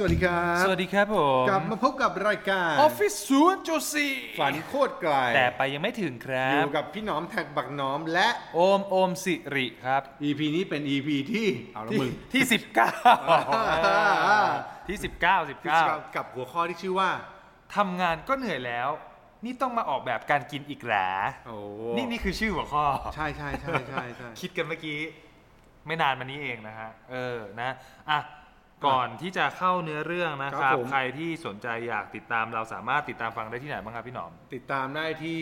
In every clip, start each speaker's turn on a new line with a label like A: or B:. A: สวัสดีครับ
B: สวัสดีครับผม
A: กลับมาพบกับรายการ
B: ออฟฟิศศูนย์จุดสี่
A: ฝันโคตรไกล
B: แต่ไปยังไม่ถึงครั
A: อบ ยู่กับพี่หน้อมแท็กบักหน้อมและ
B: โอมโอมสิริครับ
A: EP นี้เป็น EP ที่เอาละมึง
B: ที่สิบเก้า
A: อ่า
B: ที่สิบเก้าสิบ
A: ที่
B: เก้า
A: จะกับหัวข้อที่ชื่อว่า
B: ทำงานก็เหนื่อยแล้ว นี่ต้องมาออกแบบการกินอีกหรา
A: โอ้
B: นี่นี่คือชื่อหัวข้อ
A: ใช่ใช่ใช่ใช่ใช่
B: คิดกันเมื่อกี้ ไม่นานมานี้เองนะฮะ เออนะอ่ะก่อนที่จะเข้าเนื้อเรื่องนะค
A: ครั
B: รั
A: บบ ผม
B: ใครที่สนใจอยากติดตามเราสามารถติดตามฟังได้ที่ไหนบ้างครับพี่หนอม
A: ติดตามได้ที่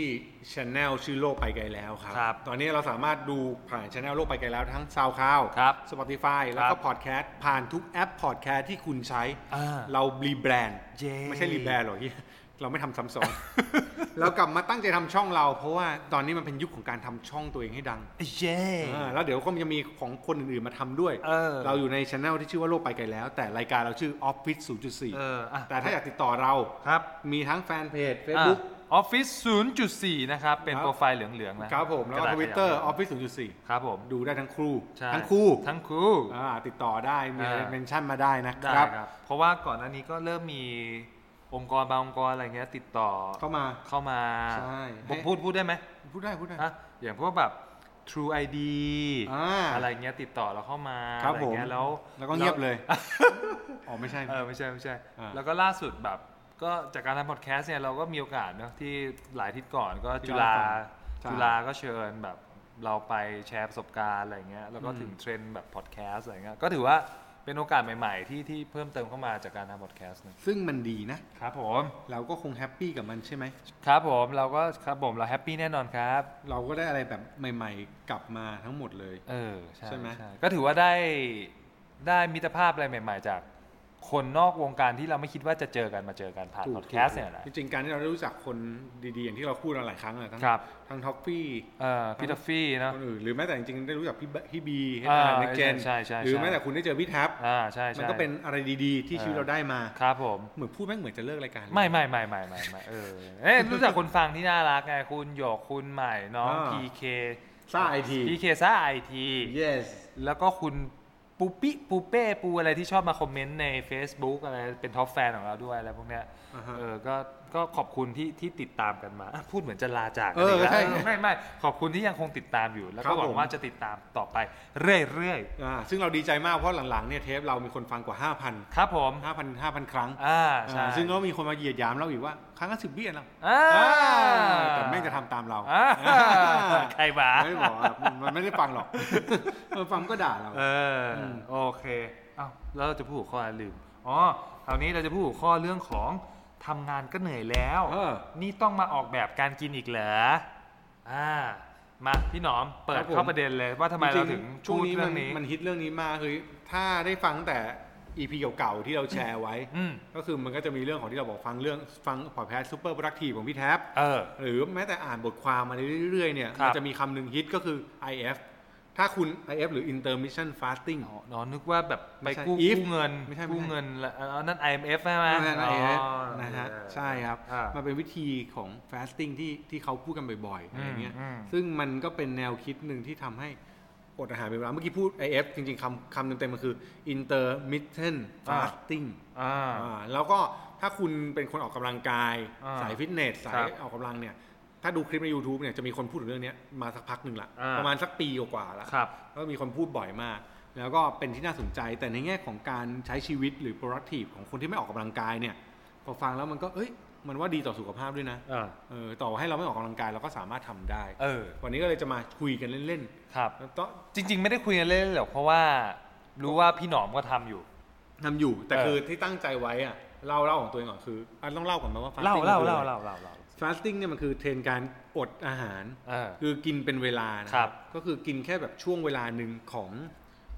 A: ช anel ชื่อโลกไปไกลแล้วครับ
B: ครับ
A: ตอนนี้เราสามารถดูผ่านช anel โลกไปไกลแล้วทั้ง SoundCloud
B: ครับ
A: Spotify แล้วก็
B: ครับ
A: Podcast ผ่านทุกแอป Podcast ที่คุณใช้
B: อ่า
A: เรารีแบรนด์
B: เย้
A: ไม่ใช่รีแบรนด์หรอกที่ เราไม่ทำซ้ำ ซ้อน เรากลับมาตั้งใจทำช่องเรา เพราะว่าตอนนี้มันเป็นยุคของการทำช่องตัวเองให้ดัง
B: เย้
A: อ่าแล้วเดี๋ยวก็จะมีของคนอื่นๆมาทำด้วย
B: เออ
A: เราอยู่ในช anel ที่ชื่อว่าโลกไปไกลแล้ว แต่รายการเราชื่อ Office
B: เ
A: 0.4
B: อออ่ะ
A: แต่ถ้าอยากติดต่อเรา
B: ครับ
A: มีทั้งแฟนเพจ Facebook
B: ออฟฟิศ0.4 นะครับ เป็น
A: ครับ
B: โปรไฟล์เหลืองๆนะครับ
A: ผมแล้วก็
B: กะดาษ
A: ทวิตเตอร์อย
B: ขะ
A: อฟฟิศ0.4
B: ครับผม
A: ดูได้ทั้งคู่
B: ใช่
A: ทั้งคู่
B: ทั้งคู่
A: อ่าติดต่อได้ มี
B: อ่า
A: เมนชั่นมาได้นะค
B: ได้
A: รับ
B: ครับ เพราะว่าก่อนหน้านี้ก็เริ่มมีองค์กรบางองค์กรอะไรเงี้ยติดต่อ
A: เข้ามา
B: เข้ามา
A: ใช่
B: ผมพูดพูดได้ไหม
A: พูดได้พูดได้
B: อะอย่างพวกแบบ True ID
A: อ่า
B: อะไรเงี้ยติดต่อเราเข้ามา
A: ครับ
B: อะไรเงี้
A: ผม
B: ยแล้ว
A: แล้วก็เงียบเลย อ๋อ ไม่ใช่
B: เออไม่ใช่ไม่ใช่
A: อ่า
B: แล้วก็ล่าสุดแบบ ก็จากการทำพอดแคสต์เนี่ยเราก็มีโอกาสเนาะที่หลายอาทิศก่อนก็
A: ที่
B: จุ
A: เล่า
B: ฬา
A: ให้ฟัง
B: จุฬาก็เชิญแบบเราไปแชร์ประสบการณ์อะไรเงี้ยแล้วก็ถึงเทรนด์แบบพอดแคสต์อะไรเงี้ยก็ถือว่าเป็นโอกาสใหม่ๆ ที่ที่เพิ่มเติมเข้ามาจากการทำพอดแคสต์นะ
A: ซึ่งมันดีนะ
B: ครับผม
A: เราก็คงแฮปปี้กับมันใช่ไหม
B: ครับผมเราก็ครับผมเราแฮปปี้แน่นอนครับ
A: เราก็ได้อะไรแบบใหม่ๆ กลับมาทั้งหมดเลย
B: เออใช่
A: ใช่ไหม
B: ใช่ก็ถือว่าได้ได้มิตรภาพอะไรใหม่ ๆ จากคนนอกวงการที่เราไม่คิดว่าจะเจอกันมาเจอกันผ่านพอดแคสต์เนี่ยแหละ
A: จริงๆการที่เราได้รู้จักคนดีๆ อย่างที่เราพูดมาหลายครั้งอะทั้ง
B: ครับ
A: ทั้งท็อฟฟี่
B: เออพี่ทอฟฟี่เนาะ
A: คนอื่นหรือแม้แต่จริงๆได้รู้จักพี่บพี่บี
B: อ่า
A: เน็กเจน
B: ใช่ใช่ใช่
A: หรือแม้แต่คุณได้เจอพี่แท็บ
B: อ่าใช่ใช่
A: มันก็เป็นอะไรดีๆ ที่ชีวิตเราได้มา
B: ครับผม
A: เหมือนพูดแม่งเหมือนจะเลิกรายการเลย
B: ไม่ไม่ไม่ไม่ไม่ไม่เออเอ๊ะรู้จักคนฟังที่น่ารักไงคุณหยกคุณใหม่น้อง
A: อ่า
B: พีเค
A: ซ่า IT
B: พีเคซ่าไอที
A: yes
B: แล้วก็คุณปูปิปูเป้ปูอะไรที่ชอบมาคอมเมนต์ใน Facebook อะไรเป็นท็อปแฟนของเราด้วยอะไรพวกเนี้ย
A: อ่าฮะ
B: เออก็ก็ขอบคุณที่ที่ติดตามกันมาอ่ะพูดเหมือนจะลาจากกั
A: เออ
B: อีกแล้ว
A: ใช่
B: เออไม่ไม่ขอบคุณที่ยังคงติดตามอยู่ แล้ว
A: ครั
B: ก็
A: บ
B: หวั
A: ผ
B: ง
A: ม
B: ว่าจะติดตามต่อไปเรื่อย
A: อ่าซึ่งเราดีใจมากเพราะหลังๆเนี่ยเทปเรามีคนฟังกว่า 5,000
B: ๆครับผม
A: 5,000 5,000 ครั้ง
B: อ่าใช่
A: อ่าซึ่งก็มีคนมาเหยียดหยามเราอีกว่า ครั้งละสิบวิอ่ะเรา
B: อ่า
A: แต่แม่งจะทำตามเรา
B: อ่าใครบ้า
A: ไม่ได้บอกว่ามันไม่ได้ฟังหรอกมันฟังก็ด่าเรา
B: เอออ
A: ม
B: โอเคเอ้าแล้วเราจะพูดหัวข้ออะไรลืมอ๋อคราวนี้เราจะพูดหัวข้อเรื่องของทำงานก็เหนื่อยแล้ว
A: เออ
B: นี่ต้องมาออกแบบการกินอีกเหรออ่ามาพี่หนอมเปิ
A: ครั
B: ด
A: บผม
B: เข้าประเด็นเลยว่าทำไมเราถึง
A: ช่วง
B: พูด
A: นี้มั
B: เรื่อน งนี้
A: มันฮิตเรื่องนี้มากคือถ้าได้ฟังแต่ EP เก่าๆที่เราแชร์ไว้
B: อืม
A: ก็คือมันก็จะมีเรื่องของที่เราบอกฟังเรื่องฟังพอดแคสต์ซูเปอร์โปรดักทีฟของพี่แท็บ
B: เออ
A: หรือแม้แต่อ่านบทความมาเรื่อยๆเนี่ย
B: ค
A: มั
B: รับ
A: นจะมีคำหนึ่งฮิตก็คือ IF ถ้าคุณ IF หรือ intermission fasting
B: อ๋อน้องนึกว่าแบบไป
A: ไม่ใช่
B: กู้
A: if
B: กู้เงิน
A: ไม่ใช่
B: กู้
A: ไม่ใช่
B: เงินแล้วอ๋อนั่น IMF ใช่ไหม
A: นั่นแหละ IF
B: อ๋อ
A: นะฮะ
B: เออ
A: ใช่ครับ
B: อ่ามั
A: มันเป็นวิธีของ fasting ที่ที่เขาพูดกันบ่อยๆอะไรเงี้ย
B: อืมอืม
A: ซึ่งมันก็เป็นแนวคิดหนึ่งที่ทำให้อดอาหารเป็นเวลาเมื่อกี้พูด IF จริงๆคำคำเต็มๆมันคือ intermittent fasting
B: อ่า
A: อ่าแล้วก็ถ้าคุณเป็นคนออกกำลังกาย
B: อ่า
A: สายฟิตเนส สา
B: ครั
A: ย
B: บ
A: ออกกำลังเนี่ย ถ้าดูคลิปใน YouTube เนี่ยจะมีคนพูดถึงเรื่องเนี้ยมาสักพักหนึ่งละ
B: อ่า
A: ประมาณสักปีกว่าๆละ
B: ครับ
A: ก็มีคนพูดบ่อยมาก แล้วก็เป็นที่น่าสนใจแต่ในแง่ของการใช้ชีวิตหรือ productive ของคนที่ไม่ออกกำลังกายเนี่ยพอฟังแล้วมันก็เอ้ยมันว่าดีต่อสุขภาพด้วยนะ
B: อ่า
A: เออต่อให้เราไม่ออกกำลังกายเราก็สามารถทำได้
B: เออ
A: วันนี้ก็เลยจะมาคุยกันเล่น
B: ครับ
A: ๆแล้วก็
B: จริง ๆ ไม่ได้คุยกันเล่นๆหรอกเพราะว่ารู้ว่าพี่หนอมก็ทำอยู่
A: ทำอยู่แต่
B: เออ
A: คือที่ตั้งใจไว้อะเล่าเล่าของตัวเองก่อนคืออ่ะต้องเล่าก่อนไหมว่า fasting
B: เล่าเล่า
A: คือ
B: เล่า
A: อะไร
B: เล่าเล่าเล่า
A: fasting เนี่ยมันคือเทรนด์การอดอาหาร
B: เออ
A: คือกินเป็นเวลานะครับ ก็คือกินแค่แบบช่วงเวลาหนึ่งของ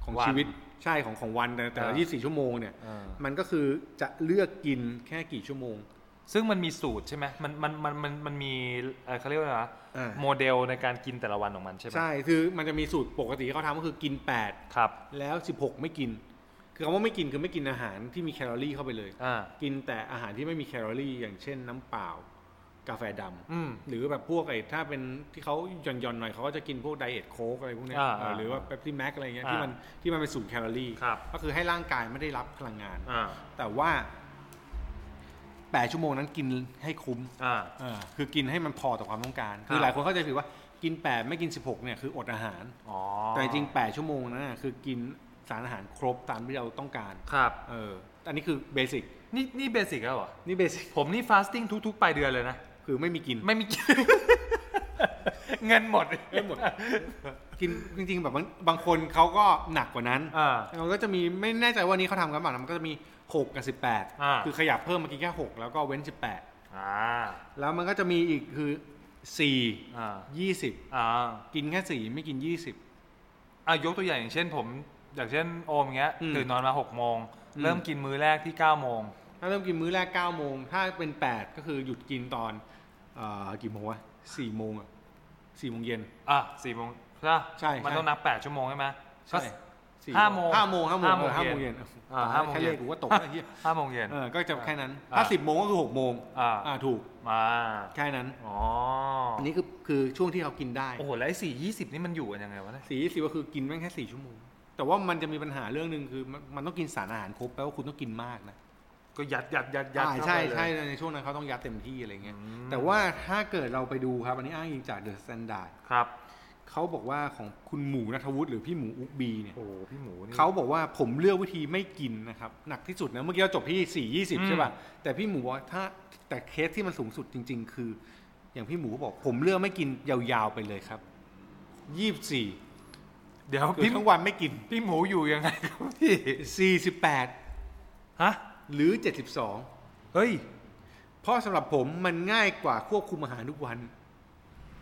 A: ของ
B: วัน
A: ชีวิต ใช่ของของวันแต่แต่ละ
B: อ่า
A: ยี่สิบสี่ชั่วโมงเนี่ย
B: เออ
A: มันก็คือจะเลือกกินแค่กี่ชั่วโมง
B: ซึ่งมันมีสูตรใช่ไหมมันมันมันมันมันมีเอ่อเขาเรียกว่าอะไรวะ
A: อ่า
B: โมเดลในการกินแต่ละวันของมันใช่ไหม
A: ใช่ คือมันจะมีสูตรปกติที่เขาทำก็คือกิน
B: ครับ
A: 8 แล้ว 16 ไม่กิน คือคำว่าไม่กินคือไม่กินอาหารที่มีแคลอรี่เข้าไปเลย
B: อ่า
A: กินแต่อาหารที่ไม่มีแคลอรี่ อย่างเช่นน้ำเปล่า กาแฟดำ
B: อืม
A: หรือแบบพวกไอ้ถ้าเป็นที่เขาหย่อนๆหน่อยเขาก็จะกินพวกไดเอทโค้กอะไรพวกเนี้ย
B: อ่า
A: เออหรือว่าเปปซี่แม็กอะไรเงี้ย
B: อ่า
A: ที่มันที่มันเป็นสูงแคลอรี่
B: ครับ
A: ก็คือให้ร่างกายไม่ได้รับพลังงาน
B: อ่า
A: แต่ว่าแปดชั่วโมงนั้นกินให้คุ้ม
B: อ่า
A: เออคือกินให้มันพอต่อความต้องการ คื
B: ครั
A: อบ หลายคนเข้าใจผิดว่ากิน 8 ไม่กิน 16เนี่ยคืออดอาหาร
B: อ๋อ
A: แต่จริงๆ8ชั่วโมงนั้นนะคือกินสารอาหารครบตามที่เราต้องการ
B: ครับ
A: เอออันนี้คือเบสิก
B: นี่นี่เบสิกแล้วเหรอ
A: นี่เบสิก
B: ผมนี่ฟาสติ้งทุกๆปลายเดือนเลยนะ
A: คือไม่มีกิน
B: ไม่มี เงินหมด
A: เงินหมด กินจริงๆแบบบางบางคนเขาก็หนักกว่านั้น
B: อ่า
A: มันก็จะมีไม่แน่ใจว่านี้เขาทำกันเปล่านะมันก็จะมี 6 กับ
B: อ่า
A: 18 คือขยับเพิ่มมากินแค่ 6 แล้วก็เว้น
B: อ่า
A: 18 แล้วมันก็จะมีอีกคือ
B: อ่า
A: 4 20
B: อ่า
A: กินแค่ 4 ไม่กิน 20
B: อ่ะยกตัวอย่างอย่างเช่นผมอย่างเช่นโอมอย่างเงี้ย
A: อืม
B: ตื่นนอนมา6กโมง
A: อืม
B: เริ่มกินมื้อแรกที่9ก้าโมง
A: ถ้าเริ่มกินมื้อแรก 9 โมง ถ้าเป็น 8 ก็คือหยุดกินตอนเอ่อกี่โมงวะ4โมงอะ4โมงเย็น
B: อ่ะสี่โมงใช่ปะ
A: ใช่ใช่
B: มันต้องนับ 8 ชั่วโมงใช่ไหมก็
A: สี่
B: ห้าโมง
A: ห้าโมงห้าโมงเออห้า
B: ห้า
A: โม
B: โม
A: ง
B: งเย็
A: เย็น
B: นอ่าห้าโมง
A: แค่
B: เย็
A: เล
B: น
A: ขกูก็ตกแล้วเฮีย
B: ห้าโมงเย็น
A: เออก็จะแค่นั้น
B: อ่า
A: ถ้า 10 โมงก็คือ 6 โมง
B: อ่า
A: อ่าถูก
B: มา
A: แค่นั้น
B: อ๋อ
A: อันนี้คือคือช่วงที่เขากินได้
B: โอ้โหแล้วไอ้สี่ยี่สิบนี่มันอยู่กันยังไงวะเนี่ย
A: สี่ยี่สิบก็คือกินแม่งแค่สี่ชั่วโมง แต่ว่ามันจะมีปัญหาเรื่องหนึ่งคือมันมันต้องกินสารอาหารครบแปลว่าคุณต้องกินมากนะ
B: ก็ยัดยัดยัดยัด
A: อ่า
B: เข้า
A: ใช่
B: ไปเลย
A: ใช่ในช่วงนั้นเขาต้องยัดเต็มที่อะไรเงี้ย
B: อืม
A: แต่ว่าถ้าเกิดเราไปดูครับ อันนี้อ้างอิงจากเดอะสแตนดาร์ด
B: ครับ
A: เขาบอกว่าของคุณหมูนัทวุฒิหรือพี่หมูอุกบีเนี่ย
B: โอ้โหพี่หมูนี่
A: เขาบอกว่าผมเลือกวิธีไม่กินนะครับ หนักที่สุดนะเมื่อกี้เราจบที่สี่ยี่สิบ
B: อืม
A: ใช่ป่ะแต่พี่หมูบอกว่าถ้าแต่เคสที่มันสูงสุดจริง ๆ คือ อย่างพี่หมูเขาบอก ผมเลือกไม่กินยาวๆไปเลยครับยี่สิบสี่
B: เดี๋ยว
A: คือ
B: พี่
A: ทั้งวันไม่กิน
B: พี่หมูอยู่ยังไงครับพี่
A: 48
B: ฮะ
A: หรือ
B: เฮ้ย
A: 72 เพราะสำหรับผมมันง่ายกว่าควบคุมอาหารทุกวัน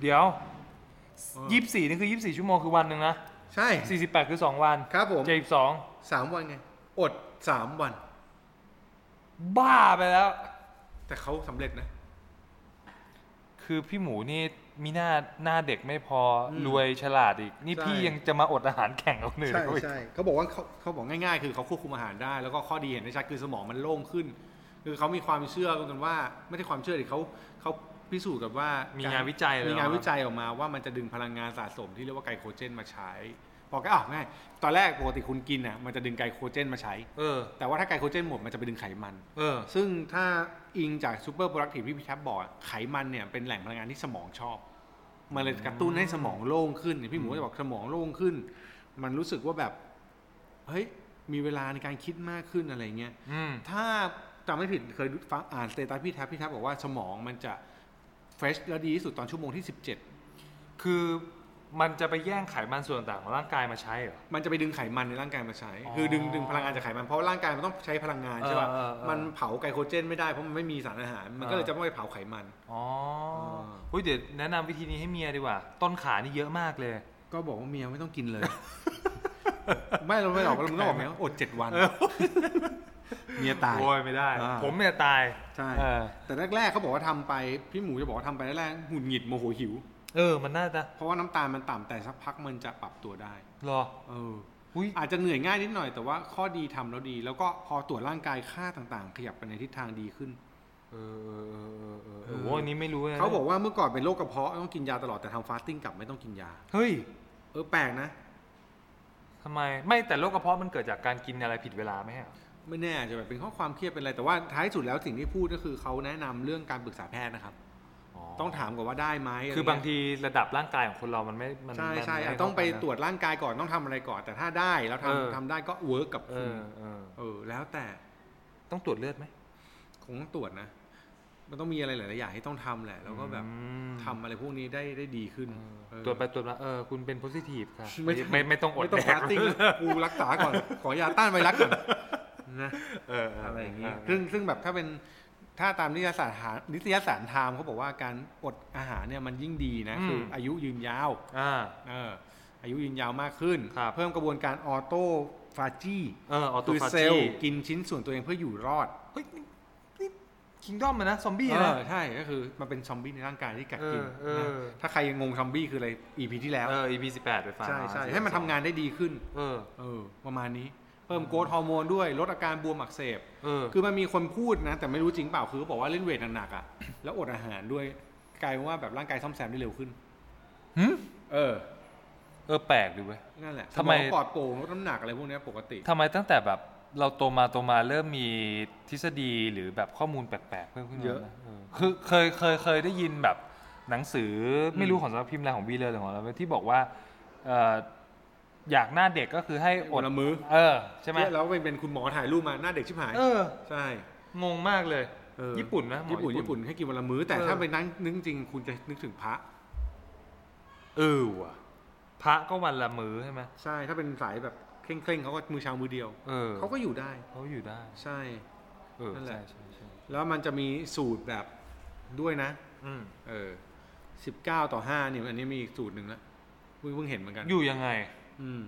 B: เดี๋ยวยี่สิบสี่นี่คือยี่สิบสี่ชั่วโมงคือวันหนึ่งนะ
A: ใช่
B: สี่สิบแปดคือสองวัน
A: ครับผม
B: เจ็ดสิบสอง
A: สามวันไง อด 3 วัน
B: บ้าไปแล้ว
A: แต่เขาสำเร็จนะ
B: คือพี่หมูนี่มีหน้าหน้าเด็กไม่พออ
A: ม
B: รวยฉลาดอีก นี่
A: ใช่
B: พี่ยังจะมาอดอาหารแข่งเอาหนึ่ง
A: ใช่
B: เขาอีก
A: ใช่เขาบอกว่าเขาเขาบอกง่ายๆ คือเขาควบคุมอาหารได้ แล้วก็ข้อดีเห็นได้ชัดคือสมองมันโล่งขึ้น คือเขามีความเชื่อกันว่า ไม่ใช่ความเชื่อดิเขาเขาพิสูจน์กับว่า
B: มี
A: มี
B: งานวิจัยเลย
A: มีงาน
B: เหรอ
A: วิจัยออกมาว่ามันจะดึงพลังงานสะสมที่เรียกว่าไกลโคเจนมาใช้ บอกก็อ้าวง่าย ตอนแรกปกติคุณกินอ่ะมันจะดึงไกลโคเจนมาใช้
B: เออ
A: แต่ว่าถ้าไกลโคเจนหมดมันจะไปดึงไขมัน
B: เออ
A: ซึ่งถ้าอิงจากซูเปอร์โปรตีนที่พี่แทบบอกอะไขมันเนี่ยเป็นแหล่งพลังงานที่สมองชอบ มันเลยกระตุ้นให้สมองโล่งขึ้นอย่างพี่หมูก็จะบอกสมองโล่งขึ้น มันรู้สึกว่าแบบ เฮ้ย มีเวลาในการคิดมากขึ้นอะไรเงี้ย
B: อืม
A: ถ้าจำไม่ผิดเคยฟังอ่านสเตตัสพี่แทบพี่แทบบอกว่าสมองมันจะเฟรชและดีที่สุดตอนชั่วโมงที่ 17
B: คือมันจะไปแย่งไขมันส่วนต่างของร่างกายมาใช้เหรอ
A: มันจะไปดึงไขมันในร่างกายมาใช้
B: อ๋อ
A: คือดึงดึงพลังงานจากไขมันเพราะร่างกายมันต้องใช้พลังงานใช่ป่ะ
B: เออเออเออ
A: มันเผาไกลโคเจนไม่ได้เพราะมันไม่มีสารอาหาร มันก็เลยจะไม่ไปเผาไขมัน
B: อ๋อ
A: อ
B: เฮ้ยเดี๋ยวแนะนำวิธีนี้ให้เมียดีกว่า ต้นขานี่เยอะมากเลย
A: ก็บอกว่าเมียไม่ต้องกินเลย ไม่เราไม่หรอกเรามึงก็บอกเมียว่าอดเจ็ดวัน เมียตาย
B: โอ้ยไม่ได้
A: อ่า
B: ผมเนี่ยตาย
A: ใช่
B: เออ
A: แต่แรกๆเขาบอกว่าทำไป พี่หมูจะบอกว่าทำไปแรกๆหงุดหงิดโมโหหิว
B: เออ มันน่าจะ
A: เพราะว่าน้ำตาลมันต่ำแต่สักพักมันจะปรับตัวได้
B: รอ
A: เออ
B: อุ้ย
A: อาจจะเหนื่อยง่ายนิดหน่อยแต่ว่าข้อดีทำแล้วดี แล้วก็พอตรวจร่างกายค่าต่างๆ ขยับไปในทิศทางดีขึ้น
B: เออเออเออเออเออโอ้ยอันนี้ไม่รู้ลยนะ
A: เขาบอกว่าเมื่อก่อนเป็นโรคกระเพาะต้องกินยาตลอดแต่ทำฟาสติ้งกลับไม่ต้องกินยา
B: เฮ้ย
A: เออแปลกนะ
B: ทำไมไม่แต่โรคกระเพาะมันเกิดจากการกินอะไรผิดเวลาไหมอะ
A: ไม่แน่อาจจะแบบเป็นข้อความเครียดเป็นอะไรแต่ว่าท้ายสุดแล้วสิ่งที่พูดก็คือเขาแนะนำเรื่องการปรึกษาแพทย์นะครับ ต้องถามก่อนว่าได้ไหมะไรเงี้ย
B: คือบางทีระดับร่างกายของคนเรามันไม่มัน
A: ใช่ใช่
B: มัน
A: อ่ะ
B: ม่
A: ต้องไป
B: เท่ากันนะ
A: ตรวจร่างกายก่อนต้องทำอะไรก่อน แต่ถ้าได้แล้ว
B: เออ
A: ทำทำได้ก็เวิร์กกับ
B: เอ
A: คุณ
B: อเออ
A: เออแล้วแต่
B: ต้องตรวจเลือดไหม
A: คงต้องตรวจนะ มันต้องมีอะไรหลาย ๆ อย่างที่ต้องทำแหละ แล้วก็แบบ
B: อืม
A: ทำอะไรพวกนี้ได้ได้ดีขึ้นเออ
B: ตรวจไปตรวจมาเออคุณเป็นโพซิทีฟค่ะ
A: ไม่
B: ไม่
A: ต้อง
B: ไม่ไม่ต้องอด
A: ไม่ต้อง
B: แดก
A: ฟาสติ้งนะกูรักษา ก่อน ขอยาต้านไวรัสก่อนนะ
B: เออเ
A: อะไรอย่างนี้
B: เ
A: ซึ่งซึ่งแบบถ้าเป็นถ้าตามนิตยสารหานิตยสารไทม์เขาบอกว่าการอดอาหารเนี่ยมันยิ่งดีนะคืออ
B: ม
A: อายุยืนยาว
B: อ่า
A: เอออายุยืนยาวมากขึ้น
B: ครับ
A: เพิ่มกระบวนการออโต้ ฟาจี
B: เออออโต
A: คือ
B: ฟา
A: เซล
B: จี
A: ล์กินชิ้นส่วนตัวเองเพื่ออยู่รอด
B: เฮ้ยนี่คิงดอมมันนะ ซอมบี้
A: เอ
B: นะ
A: อใช่ก็คือมันเป็นซอมบี้ในร่างกายที่กัดกิน
B: เออเออ
A: นะถ้าใครยังงงซอมบี้คืออะไร EP ที่แล้ว
B: เออ EP สิบแปดไปฟัง
A: ใช่ใช่ให้มันทำงานได้ดีขึ้น
B: เออ
A: เออประมาณนี้เพิ่มโกรทฮอร์โมนด้วยลดอาการบวมอักเสบ
B: เออ
A: คือมันมีคนพูดนะ แต่ไม่รู้จริงเปล่าคือเขาบอกว่าเล่นเวทหนักๆอ่ะ แล้วอดอาหารด้วยกลายเป็นว่าแบบร่างกายซ่อมแซมได้เร็วขึ้น
B: หืม
A: เออ
B: เออแปลกดีเว้ย
A: นั่นแหละ
B: ทำไม
A: สองปลอดโปร่งลดน้ำหนักอะไรพวกเนี้ยปกติ
B: ทำไมตั้งแต่แบบเราโตมาโตมาเริ่มมีทฤษฎีหรือแบบข้อมูลแปลกๆเพิ่มขึ้น
A: เยอะ
B: นเออคือเคยเคยเคยได้ยินแบบหนังสืออ
A: ม
B: ไม่รู้ของสำนักพิมพ์อะไรของวีเลอร์หรือของอะไรที่บอกว่าเอ่ออยากหน้าเด็กก็คือให้อ
A: อ
B: ด
A: ดละมือ
B: เออ ใช่ไหม
A: แล้วเป็นเป็นคุณหมอถ่ายรูปมาหน้าเด็กชิบหาย
B: เออ
A: ใช่
B: งงมากเลย
A: เออ
B: ญี่ปุ่นนะหมอ
A: ญี่ปุ่นญี่ปุ่นให้กินวันละมื้อ แต่
B: เออ
A: ถ้าไปนั่งนึกจริงคุณจะนึกถึงพระ
B: เออว่ะพระก็วันละมื้อใช่ไหม
A: ใช่ ถ้าเป็นสายแบบเคร่งเคร่งๆเขาก็มือเชามือเดียว
B: เออ
A: เขาก็อยู่ได้
B: เขาอยู่ได้
A: ใช่
B: เออ
A: นั่นแหละ
B: ใช่ใช่ใช่
A: แล้วมันจะมีสูตรแบบด้วยนะ
B: อืม
A: เออสิบเก้าต่อห้าเนี่ยอันนี้มีอีกสูตรหนึ่งละเพิ่งเพิ่งเห็นเหมือนกัน
B: อยู่ยังไง
A: อืม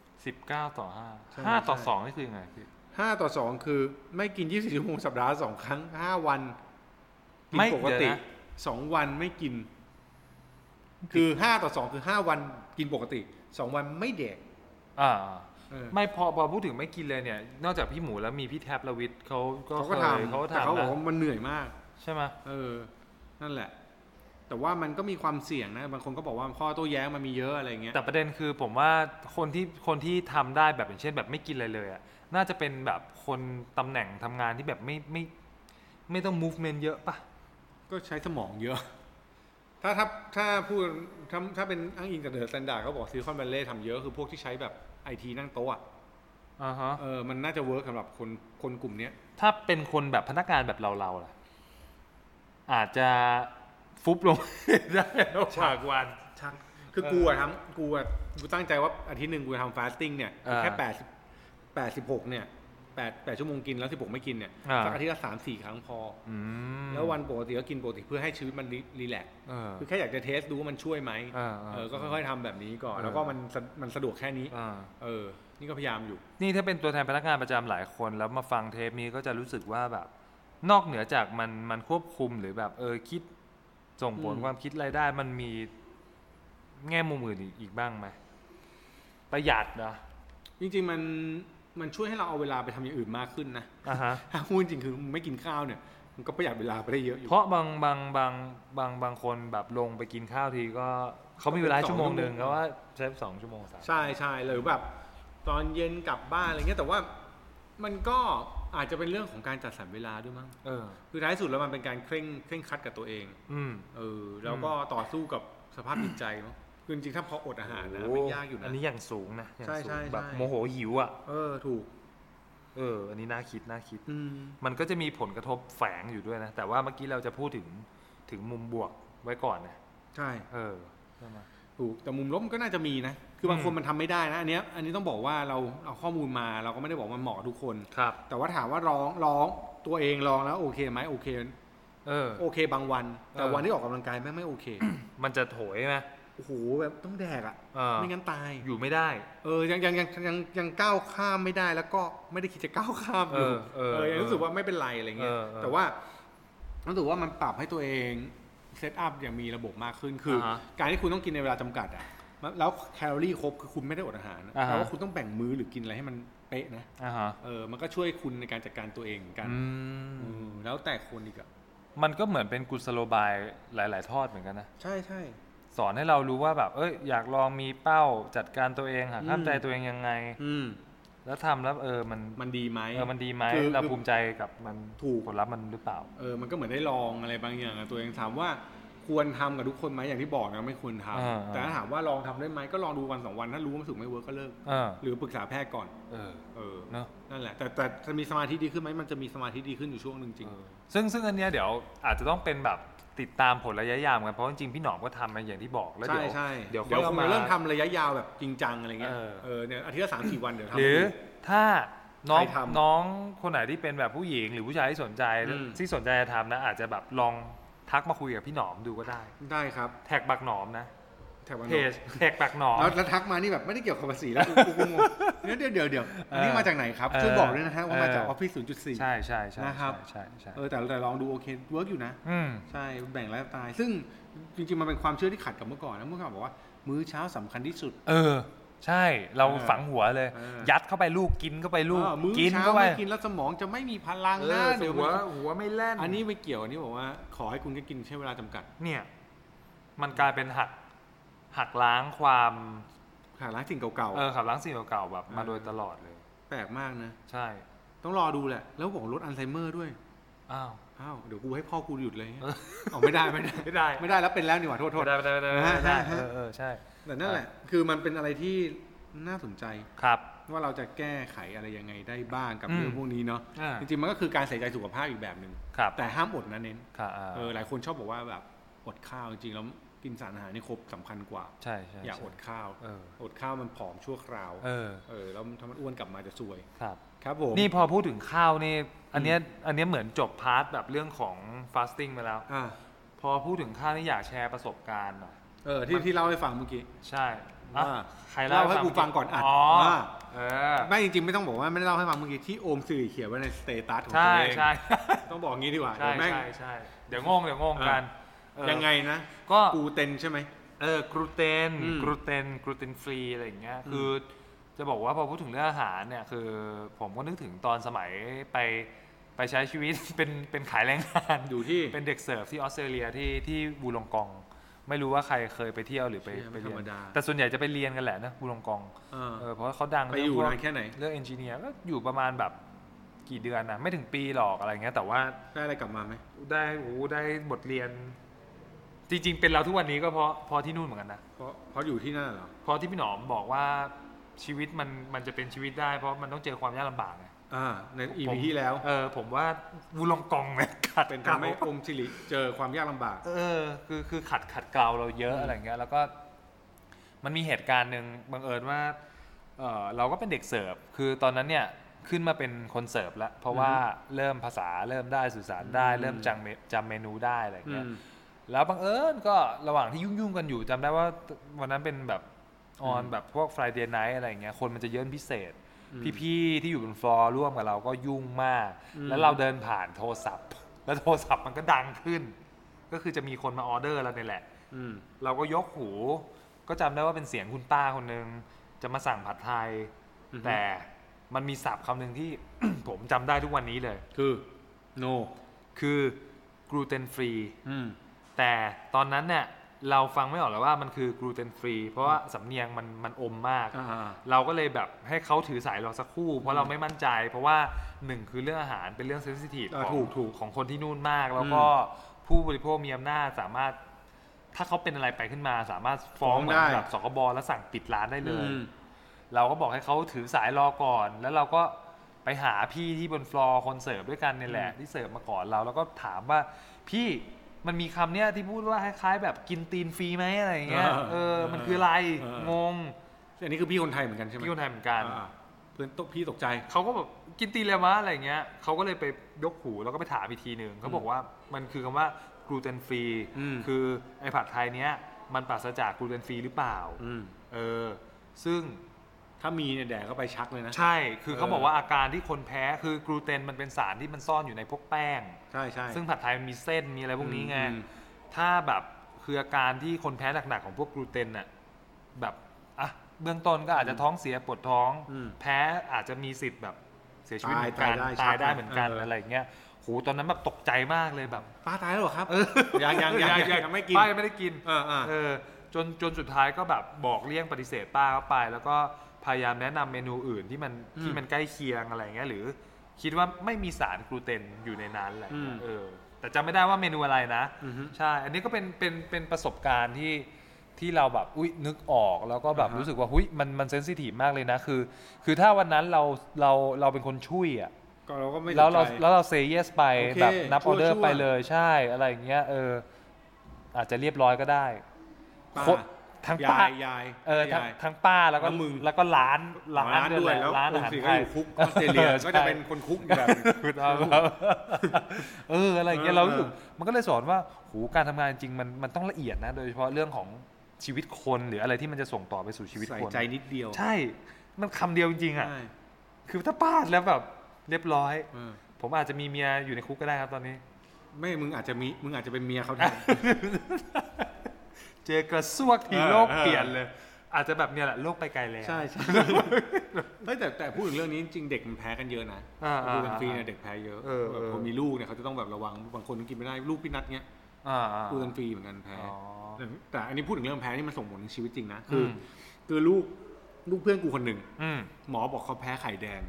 B: 19 ต่อ
A: ใช่
B: 5 5ต่อ
A: ใช่
B: 2นี่คือยังไงพี่
A: ห้าต่อสองคือไม่กินยี่สิบชั่วโมงสัปดาห์ละสองครั้งห้าวันกิน
B: ไม่
A: ปกติ
B: เดี๋ยวนะ
A: สองวันไม่กิน คือห้าต่อสองคือห้าวันกินปกติสองวันไม่แดก
B: อ่า
A: เออ
B: ไม่พอพอพูดถึงไม่กินเลยเนี่ย นอกจากพี่หมูแล้วมีพี่แท็บละวิทย์เขาก็
A: เขา
B: เค
A: ก็
B: ย
A: ทำ
B: เขาก็
A: แต่เขาบ
B: ทำ
A: อ
B: นะ
A: กว่ามันเหนื่อยมาก
B: ใช่ไหม
A: เออ นั่นแหละ แต่ว่ามันก็มีความเสี่ยงนะ บางคนก็บอกว่าข้อโต้แย้งมันมีเยอะอะไรเงี้ย
B: แต่ประเด็นคือผมว่าคนที่คนที่ทำได้แบบอย่างเช่นแบบไม่กินอะไรเลยอ่ะน่าจะเป็นแบบคนตำแหน่งทำงานที่แบบไม่ไม่ไม่ต้อง movement เยอะปะ
A: ก็ใช้สมองเยอะ ถ้าถ้าถ้าพูดถ้าถ้าเป็นอ้างอิงกับเดอะสแตนดาร์ดเขาบอกซิลิคอนแวลเลย์ทำเยอะคือพวกที่ใช้แบบไอทีนั่งโต๊ะอะ
B: อ่าฮะ
A: เออมันน่าจะเวิร์กสำหรับคนคนกลุ่มเนี้ย
B: ถ้าเป็นคนแบบพนักงานแบบเราเราๆล่ะ อาจจะฟุบลง ได้ระหว่างวัน
A: ชักคือกูอะทำกูอะกูตั้งใจว่าอาทิตย์หนึ่งกูจะทำฟาสติ้งเนี่ย
B: อ่า
A: แค่แปดแปดสิบหกเนี่ยแปดแปดชั่วโมงกินแล้วสิบหกไม่กินเนี่ย
B: อ่า
A: สักอาทิตย์ละสามสี่ครั้งพอ
B: อื
A: อ
B: ม
A: แล้ววันปกติก็กินปกติเพื่อให้ชีวิตมันรีรีแลกซ์
B: เออ
A: คือแค่อยากจะเทสดูว่ามันช่วยไหม
B: อ่าอ่า
A: เออก็ค่อยๆทำแบบนี้ก่อน
B: เออ
A: แล้วก็มันสะมันสะดวกแค่นี้
B: อ่า
A: เออ นี่ก็พยายามอยู่
B: นี่ถ้าเป็นตัวแทนพนักงานประจำหลายคนแล้วมาฟังเทปนี้ก็จะรู้สึกว่าแบบ นอกเหนือจากมันมันควบคุมหรือแบบเออคิดส่งผล
A: อืม
B: ความคิดรายได้มันมีแง่มุมอื่นอีกอีกบ้างไหมประหยัดเหรอ
A: จริงๆมันมันช่วยให้เราเอาเวลาไปทำอย่างอื่นมากขึ้นนะ
B: อ่ะฮะ
A: ถ้าพูดจริงๆคือมึงไม่กินข้าวเนี่ยมันก็ประหยัดเวลาไปได้เยอะอยู่
B: เพราะบางบางบางบางบางคนแบบลงไปกินข้าวทีก็เขามีเวลาชั่วโมงหนึ่งเขาว่าใช้สองชั่วโมงสาม
A: ใช่ใช่หรือแบบ ตอนเย็นกลับบ้านอะไรเงี้ยแต่ว่ามันก็อาจจะเป็นเรื่องของการจัดสรรเวลาด้วยมั้ง
B: เออ
A: คือท้ายสุดแล้วมันเป็นการเคร่งเคร่งครัดกับตัวเอง
B: อืม
A: เออแล้วก็ต่อสู้กับสภาพจิตใจมั้งคือจริงๆถ้าพออดอาหารนะไม่ยากอยู่นะ
B: อันนี้อย่างสูงนะอย่าง
A: ใช่
B: สู
A: ใช่
B: งแบบ
A: ใช่
B: โมโหหิวอ่ะ
A: เออถูก
B: เอออันนี้น่าคิดน่าคิด
A: อืม
B: มันก็จะมีผลกระทบแฝงอยู่ด้วยนะ แต่ว่าเมื่อกี้เราจะพูดถึงถึงมุมบวกไว้ก่อนนะ
A: ใช่
B: เออใช่ไหม
A: ถูกแต่มุมลบมันก็น่าจะมีนะ คือบาง
B: อืม
A: คนมันทำไม่ได้นะอันเนี้ยอันนี้ต้องบอกว่าเราเอาข้อมูลมาเราก็ไม่ได้บอกว่ามันเหมาะกับทุกคน
B: ครับ
A: แต่ว่าถามว่าร้องร้องตัวเองร้องแล้วโอเคไหมโอเค
B: เออ
A: โอเคบางวัน แต่
B: เออ
A: วันที่ออกกำลังกายแม่งไม่โอเค
B: มันจะโถยไหม
A: โอ้โหแบบต้องแดกอ่ะ
B: เออ
A: ไม่งั้นตาย
B: อยู่ไม่ได้
A: เออยังยังยังยังยังก้าวข้ามไม่ได้แล้วก็ไม่ได้คิดจะก้าวข้ามอยู่
B: เออเออ
A: ยังรู้สึกว่าไม่เป็นไรอะไรเงี้ย
B: เออเออ
A: แต่ว่ารู้สึกว่ามันปรับให้ตัวเองเซตอัพอย่างมีระบบมากขึ้นคืออา
B: ฮะ
A: การที่คุณต้องกินในเวลาจำกัดอ่ะแล้วแคลอรี่ครบคือคุณไม่ได้อดอาหารนะ
B: อ่าฮะ
A: แต่ว่าคุณต้องแบ่งมื้อหรือกินอะไรให้มันเป๊ะนะ
B: อ่าฮะ
A: เออมันก็ช่วยคุณในการจัดการตัวเองเหมือนกัน
B: อืม
A: เออแล้วแต่คนอีกอ่ะ
B: มันก็เหมือนเป็นกุศโลบายหลาย ๆ ทอดเหมือนกันนะ
A: ใช่ใช่
B: สอนให้เรารู้ว่าแบบ เอ้ย อยากลองมีเป้าจัดการตัวเองหัก
A: อืม
B: ห้ามใจตัวเองยังไง
A: อืม
B: แล้วทำแล้วเออมัน
A: มันดีไหม
B: เออมันดีไหม
A: คือ
B: เราภูมิใจกับมัน
A: ถูก
B: ผลลัพธ์มันหรือเปล่า
A: เออ มันก็เหมือนได้ลองอะไรบางอย่างกับตัวเองถามว่าควรทำกับทุกคนไหมอย่างที่บอกนะไม่ควรทำ
B: อ่า
A: แต่ถ้าถามว่าลองทำได้ไหมก็ลองดูวันสองวันถ้ารู้ว่ามันสุกไม่เวิร์กก็เลิก
B: เออ
A: หรือปรึกษาแพทย์ก่อน
B: เออ
A: เออ
B: เนอะ
A: นั่นแหละ แต่แต่จะมีสมาธิดีขึ้นไหมมันจะมีสมาธิดีขึ้นอยู่ช่วงหนึ่งจริง
B: เออซึ่งซึ่งอันเนี้ยเดี๋ยวอาจจะต้องเป็นแบบติดตามผลระยะยาวกันเพราะจริงๆพี่หนอมก็ทำมาอย่างที่บอกแล้ว
A: ใช่
B: เดี๋ยว
A: ใช่
B: เดี๋ยว
A: เดี๋ยว
B: ค่
A: ค
B: อง ยมา
A: จะเริ่มทำระยะยาวแบบจริงจังอะไรเงี้ย
B: เออ
A: เออเนี่ยอาทิตย์ละสามสี่วันเดี๋ยวทำ
B: หรือถ้าน้อง
A: ใครทำ
B: น้องคนไหนที่เป็นแบบผู้หญิงหรือผู้ชายที่สนใจ
A: อืม
B: ที่สนใจจะทำนะ อาจจะแบบลองทักมาคุยกับพี่หนอมดูก็ได้
A: ได้ครับ
B: แท็กบักหนอมนะ
A: แถวบ้าน
B: เพ
A: นอก
B: จแหกปากหนอ
A: แล้วแล้วทักมานี่แบบไม่ได้เกี่ยวกับภาษีแล้วกูกูกู งงเดี๋ยวเดี๋ยวเดี๋ยวเดี๋ยวอันนี้มาจากไหนครับช่วยบอกด้วยนะฮะว่ามาจากอ
B: เอ
A: อ
B: อ
A: ฟฟิศศูนย์จุดสี่
B: ใช่ใช่ใช่
A: นะครับ
B: ใช่ใช่
A: เออแต่แต่ลองดูโอเคเวิร์กอยู่นะ
B: อืม
A: ใช่แบ่งไลฟ์สไตล์ซึ่งจริงๆ มันเป็นความเชื่อที่ขัดกับเมื่อก่อนนะเมื่อก่อนบอกว่า มื้อเช้าสำคัญที่สุด
B: เออ ใช่เรา
A: เออ
B: ฝังหัวเลย
A: เออ
B: ยัดเข้าไปลูกกินเข้าไปลูก
A: อ่ามื้อ
B: กิ
A: เช้า
B: เข้าไป
A: ไม่กินแล้วสมองจะไม่มีพลังนะเดี๋ยว
B: หัว
A: มัน
B: หัวไม่แล่น
A: อันนี้ไม่เกี่ยวอันนี้บอกว่าขอให้คุณแค่กินใช้เวลาจำกัด
B: เนี่ย มันกลายเป็นหัก หักล้างความ
A: หาร้านสิ่งเก่า
B: เออขับล้างสิ่งเก่าๆแบบ มา
A: เออ
B: โดยตลอดเลย
A: ๆ แปลกมากนะ
B: ใช่
A: ต้องรอดูแหละ แล้วบอกลดอัลไซเมอร์ด้วย
B: อ้าว
A: อ้าวเดี๋ยวกูให้พ่อกูหยุดเลย
B: เออ
A: เอาไม่ได้ไม่ได้
B: ไม่ได้ไม่
A: ไม่ได้แล้วเป็นแล้วนี่หว่าโทษโทษ
B: ได้ไม่ได้ไม่ได้ไม่ได้
A: ฮะฮะ
B: เออเออใช่
A: แต่นั่นแหละ คือมันเป็นอะไรที่น่าสนใจ
B: ครับ
A: ว่าเราจะแก้ไขอะไรยังไงได้บ้างกับ
B: อืม
A: เรื่องพวกนี้เนาะ
B: อ่า
A: จริงๆมันก็คือการใส่ใจสุขภาพอีกแบบหนึ่ง
B: ครับ
A: แต่ห้ามอดนะเน้น
B: ค่ะอ่า
A: เออหลายคนชอบบอกว่าแบบอดข้าวจริงๆแล้วกินสารอาหารนี่ครบสำคัญกว่า
B: ใช่ใช่
A: อย่าอดข้าว
B: เออ
A: อดข้าวมันผอมชั่วคราว
B: เออ
A: เออแล้วถ้ามันอ้วนกลับมาจะซวย
B: ครับ
A: ครับผม
B: นี่พอพูดถึงข้าวนี่ อันเนี้ยอันเนี้ยเหมือนจบพาร์ทแบบเรื่องของ fasting ไปแล้ว
A: อ่า
B: พอพูดถึงข้าวนี่อยากแชร์ประสบการณ์หน่อย
A: เออที่ที่เล่าให้ฟังเมื่อกี้
B: ใช่อ่ะ
A: อ่า
B: ใคร
A: เล่าให้กูฟังก่อนอัด
B: อ๋ออา เออ
A: ไม่จริงๆไม่ต้องบอกว่าไม่ได้เล่าให้ฟังเมื่อกี้ที่โอมสื่อเขียนไว้ในสเตตัสของ
B: ใช่
A: ตัวเอง
B: ใช่
A: ต้องบอกงี้ดีกว่า
B: ใช่
A: เดี๋ยวแม่ง
B: ใช่ใช่เดี๋ยวงงเดี๋ยวงง
A: เออ
B: กันเออ
A: ยังไงนะ
B: ก็
A: กูเต็นใช่ไหม
B: เออกลูเตน
A: อืม
B: กลูเตนกลูเตนฟรีอะไรอย่างเงี้ย
A: อืม
B: คือจะบอกว่าพอพูดถึงเรื่องอาหารเนี่ยคือผมก็นึกถึงตอนสมัยไปไปใช้ชีวิต เป็นเป็นขายแรงงาน
A: อยู่ที่
B: เป็นเด็กเสิร์ฟที่ออสเตรเลียที่ที่บูลองกอง ไม่รู้ว่าใครเคยไปเที่ยวหรือไป
A: เชี่ย
B: ไป
A: ไม่ธร
B: เรีย
A: รม
B: น
A: ดา
B: แต่ส่วนใหญ่จะไปเรียนกันแหละนะบูลองกอง
A: เออ
B: เออเพราะว่าเขาดัง
A: ไป
B: เรื่
A: อ
B: อง
A: ยู่
B: พวก
A: นานแค่ไหน
B: เรื่องเอนจิเนียร์ก็อยู่ประมาณแบบกี่เดือนนะไม่ถึงปีหรอกอะไรเงี้ยแต่ว่า
A: ได้อะไรกลับมาไหม
B: ได้โอ้โหได้บทเรียน จริง ๆ เป็นเราทุกวันนี้ก็เพราะเพราะที่นู่นเหมือนกันนะ
A: เพราะเพราะอยู่ที่นั่นเหรอ
B: เพราะที่พี่หนอมบอกว่าชีวิตมันมันจะเป็นชีวิตได้เพราะมันต้องเจอความยากลำบากไง
A: อ่าในอี
B: ผม
A: พีที่แล้ว
B: เออผมว่าวูลองกองเนี่ย ขัด
A: เป็น
B: กลา
A: ทำให้อมสิริเจอความยากลำบาก
B: เออคือคือขัดขัดเกลาเราเยอะอะไรเงี้ยแล้วก็ มันมีเหตุการณ์หนึ่งบังเอิญว่าเออเราก็เป็นเด็กเสิร์ฟคือตอนนั้นเนี่ยขึ้นมาเป็นคนเสิร์ฟแล้วเพราะว่าเริ่มภาษาเริ่มได้สื่อสารได้
A: อืม
B: เริ่มจำเมจำเมนูได้อะไร
A: อื
B: เงี้ย
A: ม
B: แล้วบังเอิญก็ระหว่างที่ยุ่งๆกันอยู่จำได้ว่าวันนั้นเป็นแบบออน
A: อืม
B: แบบพวก Friday Night อะไรเงี้ยคนมันจะเยอะเป็นพิเศษ
A: อืม
B: พี่ๆที่อยู่บนฟลอร์ร่วมกับเราก็ยุ่งมาก
A: อืม
B: แล้วเราเดินผ่านโทรศัพท์ แล้วโทรศัพท์มันก็ดังขึ้น ก็คือจะมีคนมาออเดอร์เราเนี่ยแหละ
A: อืม
B: เราก็ยกหู ก็จำได้ว่าเป็นเสียงคุณป้าคนหนึ่งจะมาสั่งผัดไทย
A: อือฮึ
B: แต่มันมีศัพท์คำหนึ่งที่ ผมจำได้ทุกวันนี้เลย
A: คือ no
B: คือกลูเตนฟรี
A: อืม
B: แต่ตอนนั้นเนี่ยเราฟังไม่ออกเลยว่ามันคือกลูเตนฟรีเพราะว่าสำเนียงมันมันอมมาก
A: อ่า
B: เราก็เลยแบบให้เขาถือสายเราสักครู่ เพราะเราไม่มั่นใจ เพราะว่าหนึ่งคือเรื่องอาหารเป็นเรื่องเซนซิทีฟ
A: อ่า
B: ของ
A: ถูกถูก
B: ของคนที่นู่นมาก แล้วก็ผู้บริโภคมีอำนาจสามารถ ถ้าเขาเป็นอะไรไปขึ้นมา สามารถฟ้อ
A: ฟ้อง
B: งเหมือ
A: ได้
B: นแบบสคบแล้วสั่งปิดร้านได้
A: ๆ
B: เลย
A: อืม
B: เราก็บอกให้เขาถือสายรอก่อน แล้วเราก็ไปหาพี่ที่บนฟลอร์คนเสิร์ฟด้วยกันเนี่ยแหละที่เสิร์ฟมาก่อนเรา แล้วก็ถามว่าพี่มันมีคำเนี้ยที่พูดว่าคล้ายๆแบบกินตีนฟรีไหมอะไรอย่างเงี้ย
A: อ่า
B: เออมันคืออะไร
A: อ่าง
B: งง
A: อันนี้คือพี่คนไทยเหมือนกันใช่ไหม
B: พี่คนไทยเหมือนกัน
A: อ่าๆเพื่อนตกพี่ตกใจ
B: เขาก็แบบกินตีเลยวะอะไรเงี้ยเขาก็เลยไปยกหูแล้วก็ไปถามอีกทีหนึ่งเขาบอกว่ามันคือคำว่ากลูเตนฟรี
A: อืม
B: คือไอผัดไทยเนี้ยมันปราศจากกลูเตนฟรีหรือเปล่า
A: อืม
B: เออซึ่ง
A: ถ้ามีเนี่ยแดกเข้าไปชักเลยนะ
B: ใช่คือเขา
A: เออ
B: บอกว่าอาการที่คนแพ้คือกลูเตนมันเป็นสารที่มันซ่อนอยู่ในพวกแป้ง
A: ใช่ใช่
B: ซึ่งผัดไทยมันมีเส้นมีอะไรพวกนี้ไง
A: อืม
B: ถ้าแบบคืออาการที่คนแพ้หนักๆของพวกกลูเตนน่ะแบบอ่ะเบื้องต้นก็อาจจะท้องเสียปวดท้อง
A: อืม
B: แพ้อาจจะมีสิทธิ์แบบเสียชีวิตเหมือนกัน
A: ตายได้
B: ตายได้
A: ใช่
B: เหมือนกัน
A: เอออ
B: อะไรอย่างเงี้ยโหตอนนั้นแบบตกใจมากเลยแบบ
A: ป้าตายแล้วเหรอครับยังยังยังยังยังไม่กิน
B: ป้ายังไม่ได้กิน
A: อ่าอ่า
B: เออจนจนสุดท้ายก็แบบบอกเลี่ยงปฏิเสธป้าเข้าไป แล้วก็พยายามแนะนำเมนูอื่นที่มันที่มันใกล้เคียงอะไรอย่างเงี้ยหรือ คิดว่าไม่มีสารกลูเตนอยู่ในนั้นอะไรอย่างเงี้ยเออแต่จำไม่ได้ว่าเมนูอะไรนะ
A: อือฮึ
B: ใช่ อันนี้ก็เป็นเป็นเป็นประสบการณ์ที่ที่เราแบบอุ้ยนึกออก แล้วก็แบบ
A: อ่าฮะ
B: รู้สึกว่าหุ้ยมันมันเซนซิทีฟมากเลยนะคือ คือถ้าวันนั้นเราเราเราเป็นคนช่วยอ่ะ
A: ก็เราก็ไม่
B: แล้วเรา
A: สนใจ
B: แล้วเราเซเยสไป
A: โอเค
B: แบบนับ
A: ชั่ว
B: ออเดอร์
A: ชั่ว
B: ไปเลยใช่อะไรอย่างเงี้ยเอออาจจะเรียบร้อยก็ได้
A: ป้า
B: คนทั้งป้าย
A: ยาย
B: เออทั้ง
A: ยาย
B: ทั้งป้าแล้วก็
A: แล้วมึง
B: แล้วก็ร้านร้าน
A: ร้านด้วย
B: แหะ
A: แล้ว
B: ร้าน
A: อ
B: อาม หาร
A: สิริ
B: ไท
A: ก็อย ยู่คุกออสเตรเลีย
B: เออใช่
A: ก็จะเป็นคนคุกอีกแบบหนึ่ง
B: คุณเอาแล้วเอออะไรอย่างเงี้ย
A: เออ
B: เรารู้สึก
A: เออ
B: มันก็เลยสอนว่าโหูการทำงานจริงมันมันต้องละเอียดนะ โดยเฉพาะเรื่องของ ชีวิตคนหรืออะไรที่มันจะส่งต่อไปสู่ชีวิต
A: ใส่
B: คน
A: ใจนิดเดียว
B: ใช่ มันคำเดียวจริงๆอ่ะ
A: ใช่
B: คือถ้าพลาดแล้วแบบเรียบร้อย
A: เออ
B: ผมอาจจะมีเมียอยู่ในคุกก็ได้ครับตอนนี้
A: ไม่มึงอาจจะมีมึงอาจจะเป็นเมียเขาได้
B: เจอกระซวกทีโลก
A: เออ
B: เปลี่ยนเลย อาจจะแบบเนี่ยแหละโลกไปไกลแล้ว
A: ใช่ใช่เฮ้ยแต่แต่พูดถึงเรื่องนี้จริงๆเด็กมันแพ้กันเยอะนะ
B: อ่า
A: ดูเป็นฟรี
B: อ่า
A: เนี่ยเด็กแพ้เยอะ
B: เออเออ
A: แบบพอมีลูกเนี่ยเขาจะต้องแบบระวังบางคนกินไม่ได้ลูกพี่นัทเนี้ย
B: อ่า
A: ดูเป็นฟรีเหมือนกันแพ้
B: อ๋อ
A: แต่แต่อันนี้พูดถึงเรื่องแพ้นี่มันส่งผลในชีวิตจริงนะคืออ
B: ม
A: คือลูกลูกเพื่อนกูคนหนึ่ง
B: อืม
A: หมอบอกเขาแพ้ไข่แดง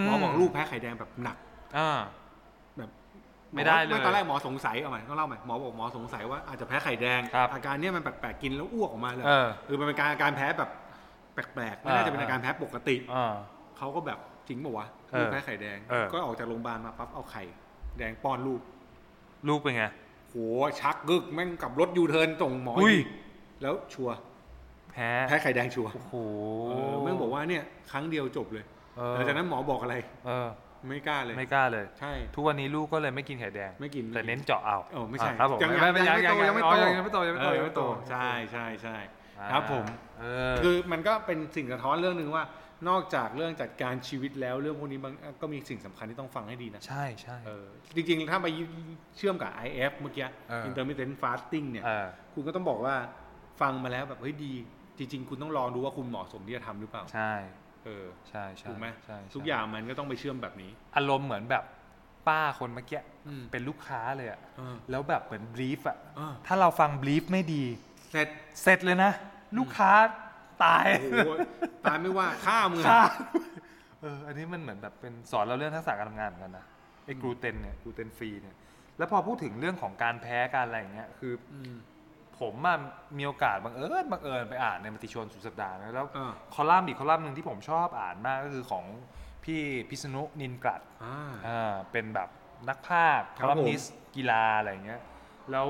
B: ม
A: หมอบอกลูกแพ้ไข่แดงแบบหนัก
B: อ่า
A: แบบ
B: ไม่ได้เลย
A: หอตอนแรกหมอสงสัยเอาใหม่ต้องเล่าใหม่หมอบอกหมอสงสัยว่าอาจจะแพ้ไข่แดง
B: ครับ
A: อาการเนี้ยมันแปลกๆกินแล้วอ้วกออกมาเลย
B: เออ
A: คือมันเป็นการอาการแพ้แบบแปลกๆไม่น่าจะเป็น
B: อ่า
A: อาการแพ้ปกติ
B: อ่า
A: เขาก็แบบจริงป่าวะ
B: เออ
A: ลูกแพ้ไข่แดง
B: เออ
A: ก็ออกจากโรงพยาบาลมาปั๊บเอาไข่แดงป้อนลูก
B: ลูกเป็นไง
A: โหชักกึกแม่งกลับรถยูเทิร์นส่งหมอ
B: อุ้ย
A: อีกแล้วชัวร์
B: แพ้
A: แพ้ไข่แดงชัวร์
B: โอ้โห
A: เออแม่งบอกว่าเนี่ยครั้งเดียวจบเลย
B: เออ
A: หลังจากนั้นหมอบอกอะไร
B: เออ
A: ไม่กล้าเลย
B: ไม่กล้าเลย
A: ใช่
B: ทุกวันนี้ลูกก็เลยไม่กินไข่แดง
A: ไม่กิน
B: แต่เน้นเจาะเอา
A: เออไม่ใช่
B: าครับผม
A: ยัง
B: ไม่ไม่ยังยัง
A: ยังไม่โต
B: ยังไม่โตยังไม่โต
A: เออ
B: ยั
A: ยัง ง
B: ไม่
A: ไม่
B: โต
A: โตใช่ใช่ใช่
B: อ่า
A: ครับผม
B: เออ
A: คือมันก็เป็นสิ่งสะท้อนเรื่องหนึ่งว่า นอกจากเรื่องจัดการชีวิตแล้วเรื่องพวกนี้บางก็มีสิ่งสำคัญที่ต้องฟังให้ดีนะ
B: ใช่ใช่
A: เออจริงๆ ถ้าไปเชื่อมกับ IF เมื่อกี้
B: เออ
A: intermittent fasting เนี่ย
B: เออ
A: คุณก็ต้องบอกว่าฟังมาแล้วแบบเฮ้ยดี จริง ๆ คุณต้องลองดูว่าคุณเหมาะสมที่จะทำหรือเปล่า
B: ใช่
A: เออ
B: ใช่ใช่
A: ถูกไหม
B: ใช่ใช่
A: ทุกอย่างมันก็ต้องไปเชื่อมแบบนี้
B: อารมณ์เหมือนแบบป้าคนเมื่อกี้
A: อืม
B: เป็นลูกค้าเลยอะ
A: เออ
B: แล้วแบบเหมือนบลีฟอะ
A: เออ
B: ถ้าเราฟังบลีฟไม่ดี
A: เสร็จ
B: เสร็จเลยนะ ลูกค้าตาย
A: โอ้โหตายไม่ว่าฆ่ามือ
B: ค่ะเออ อันนี้มันเหมือนแบบเป็นสอนเราเรื่องทักษะการทำงานเหมือนกันนะไอ้กลูเตนเนี่ยกลูเตนฟรีเนี่ย แล้วพอพูดถึงเรื่องของการแพ้การอะไรอย่างเงี้ย คือ
A: อืม
B: ผมอะมีโอกาสบังเอิญบังเอิญไปอ่านในมติชนสุดสัปดาห์นะแล้ว
A: อ่า
B: คอลัมน์อีกคอลัมน์หนึ่งที่ผมชอบอ่านมากก็คือของพี่พิษณุนินกลัด
A: อ่า
B: อ่าเป็นแบบนักภาคค
A: ค
B: อ
A: รับ
B: ลัม
A: ผม
B: นิสต์กีฬาอะไรอย่างเงี้ย แล้ว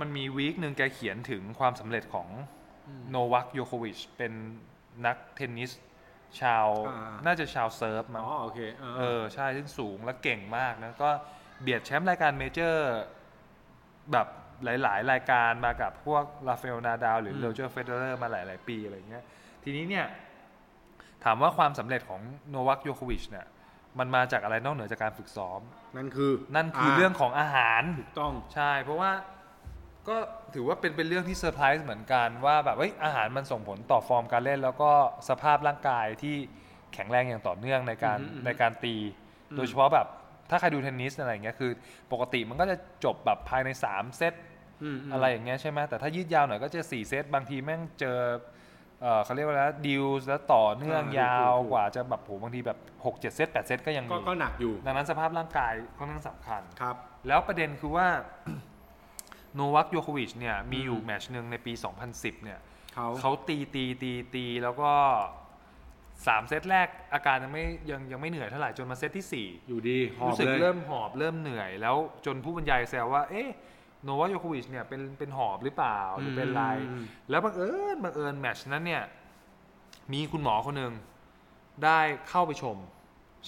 B: มันมีวีคหนึ่งแกเขียนถึงความสำเร็จของ
A: อืม
B: โนวัคโยโควิชเป็นนักเทนนิส ชาว
A: อ่า
B: น่าจะชาวเซิร์ฟมั้ง
A: อ๋อโอเคเออ
B: เออใช่ซึ่งสูงและเก่งมากนะ ก็เบียดแชมป์รายการเมเจอร์ แบบหลาย ๆ รายการมากับพวกลาเฟลนาดาวหรือเลเจอร์เฟเดอร์มาหลาย ๆ ปีอะไรเงี้ย ทีนี้เนี่ย ถามว่าความสำเร็จของโนวัคโยโควิชเนี่ยมันมาจากอะไรนอกเหนือจากการฝึกซ้อม
A: นั่นคือ
B: นั่นคือเรื่องของอาหาร
A: ถูกต้อง
B: ใช่ เพราะว่าก็ถือว่าเป็นเป็นเรื่องที่เซอร์ไพรส์เหมือนกันว่าแบบเอ้ยอาหารมันส่งผลต่อฟอร์มการเล่น แล้วก็สภาพร่างกายที่แข็งแรงอย่างต่อเนื่องในการ
A: อือฮึอือฮึ
B: ในการตี
A: อืม
B: โดยเฉพาะแบบถ้าใครดูเทนนิสอะไรอย่างเงี้ยคือ ปกติมันก็จะจบแบบภายใน 3 เซต
A: มม
B: อะไรอย่างเงี้ยใช่ไหมแต่ถ้ายืดยาวหน่อยก็จะสี่เซตบางทีแม่งเจอเอ่อเขาเรียกว่าแล้วดิวแล้วต่อเนื่อง
A: อ่าย
B: ยาว
A: ถูกๆ
B: กว่าจะแบบโหบางทีแบบหกเจ็ดเซตแปดเซตก็ยัง
A: ก็
B: มี
A: ก็หนักอยู่
B: ดังนั้นสภาพร่างกายค่อนข้างสำคัญ
A: ครับ
B: แล้วประเด็นคือว่า โนวัคโยโควิชเนี่ยมีอยู่แมตชหนึ่งในปี 2010 เนี่ย
A: เขา
B: เขาตีตีตีตีแล้วก็สามเซตแรกอาการยังไม่ยังยังไม่เหนื่อยเท่าไหร่จนมาเซตที่สี่
A: อยู่ดีหอบ
B: รู้สึก
A: เลย
B: เริ่มหอบเริ่มเหนื่อย แล้วจนผู้บรรยายแซวว่า เอ๊ะโนวาโยโควิชเนี่ยเป็นเป็นหอบหรือเปล่าหรือเป็นไร
A: อืม
B: แล้วบังเอิญบังเอิญแมตชนั้นเนี่ย มีคุณหมอคนหนึ่งได้เข้าไปชม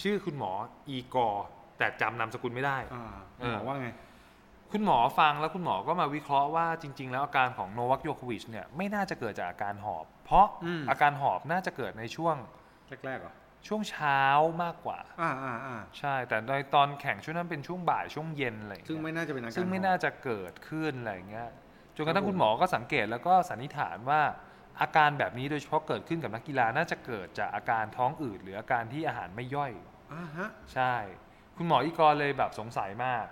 B: ชื่อคุณหมออีกอร์แต่จำนามสกุลไม่ได้
A: อ่า
B: เออ
A: หมอว่าไง
B: คุณหมอฟังแล้วคุณหมอก็มาวิเคราะห์ว่าจริง ๆ แล้วอาการของโนวัคโยโควิชเนี่ยไม่น่าจะเกิดจากอาการหอบ เพราะ
A: อืม
B: อาการหอบน่าจะเกิดในช่วง
A: แรกๆเหรอ
B: ช่วงเช้ามากกว่า
A: อ่าอ่าอ่า
B: ใช่ แต่ในตอนแข่งช่วงนั้นเป็นช่วงบ่ายช่วงเย็นอะไรอย่างเงี้ย
A: ซึ่งไม่น่าจะเป็นอาการ
B: ซึ่งไม่
A: ห
B: น่า
A: อบ
B: จะเกิดขึ้นอะไรอย่างเงี้ยจนกระ
A: ครั
B: ทั่
A: บ
B: ง
A: ผม
B: คุณหมอก็สังเกตแล้วก็สันนิษฐานว่า อาการแบบนี้โดยเฉพาะเกิดขึ้นกับนักกีฬาน่าจะเกิดจากอาการท้องอืดหรืออาการที่อาหารไม่ย่อย
A: อ่าฮะ
B: ใช่ คุณหมออีกอเลยแบบสงสัยมาก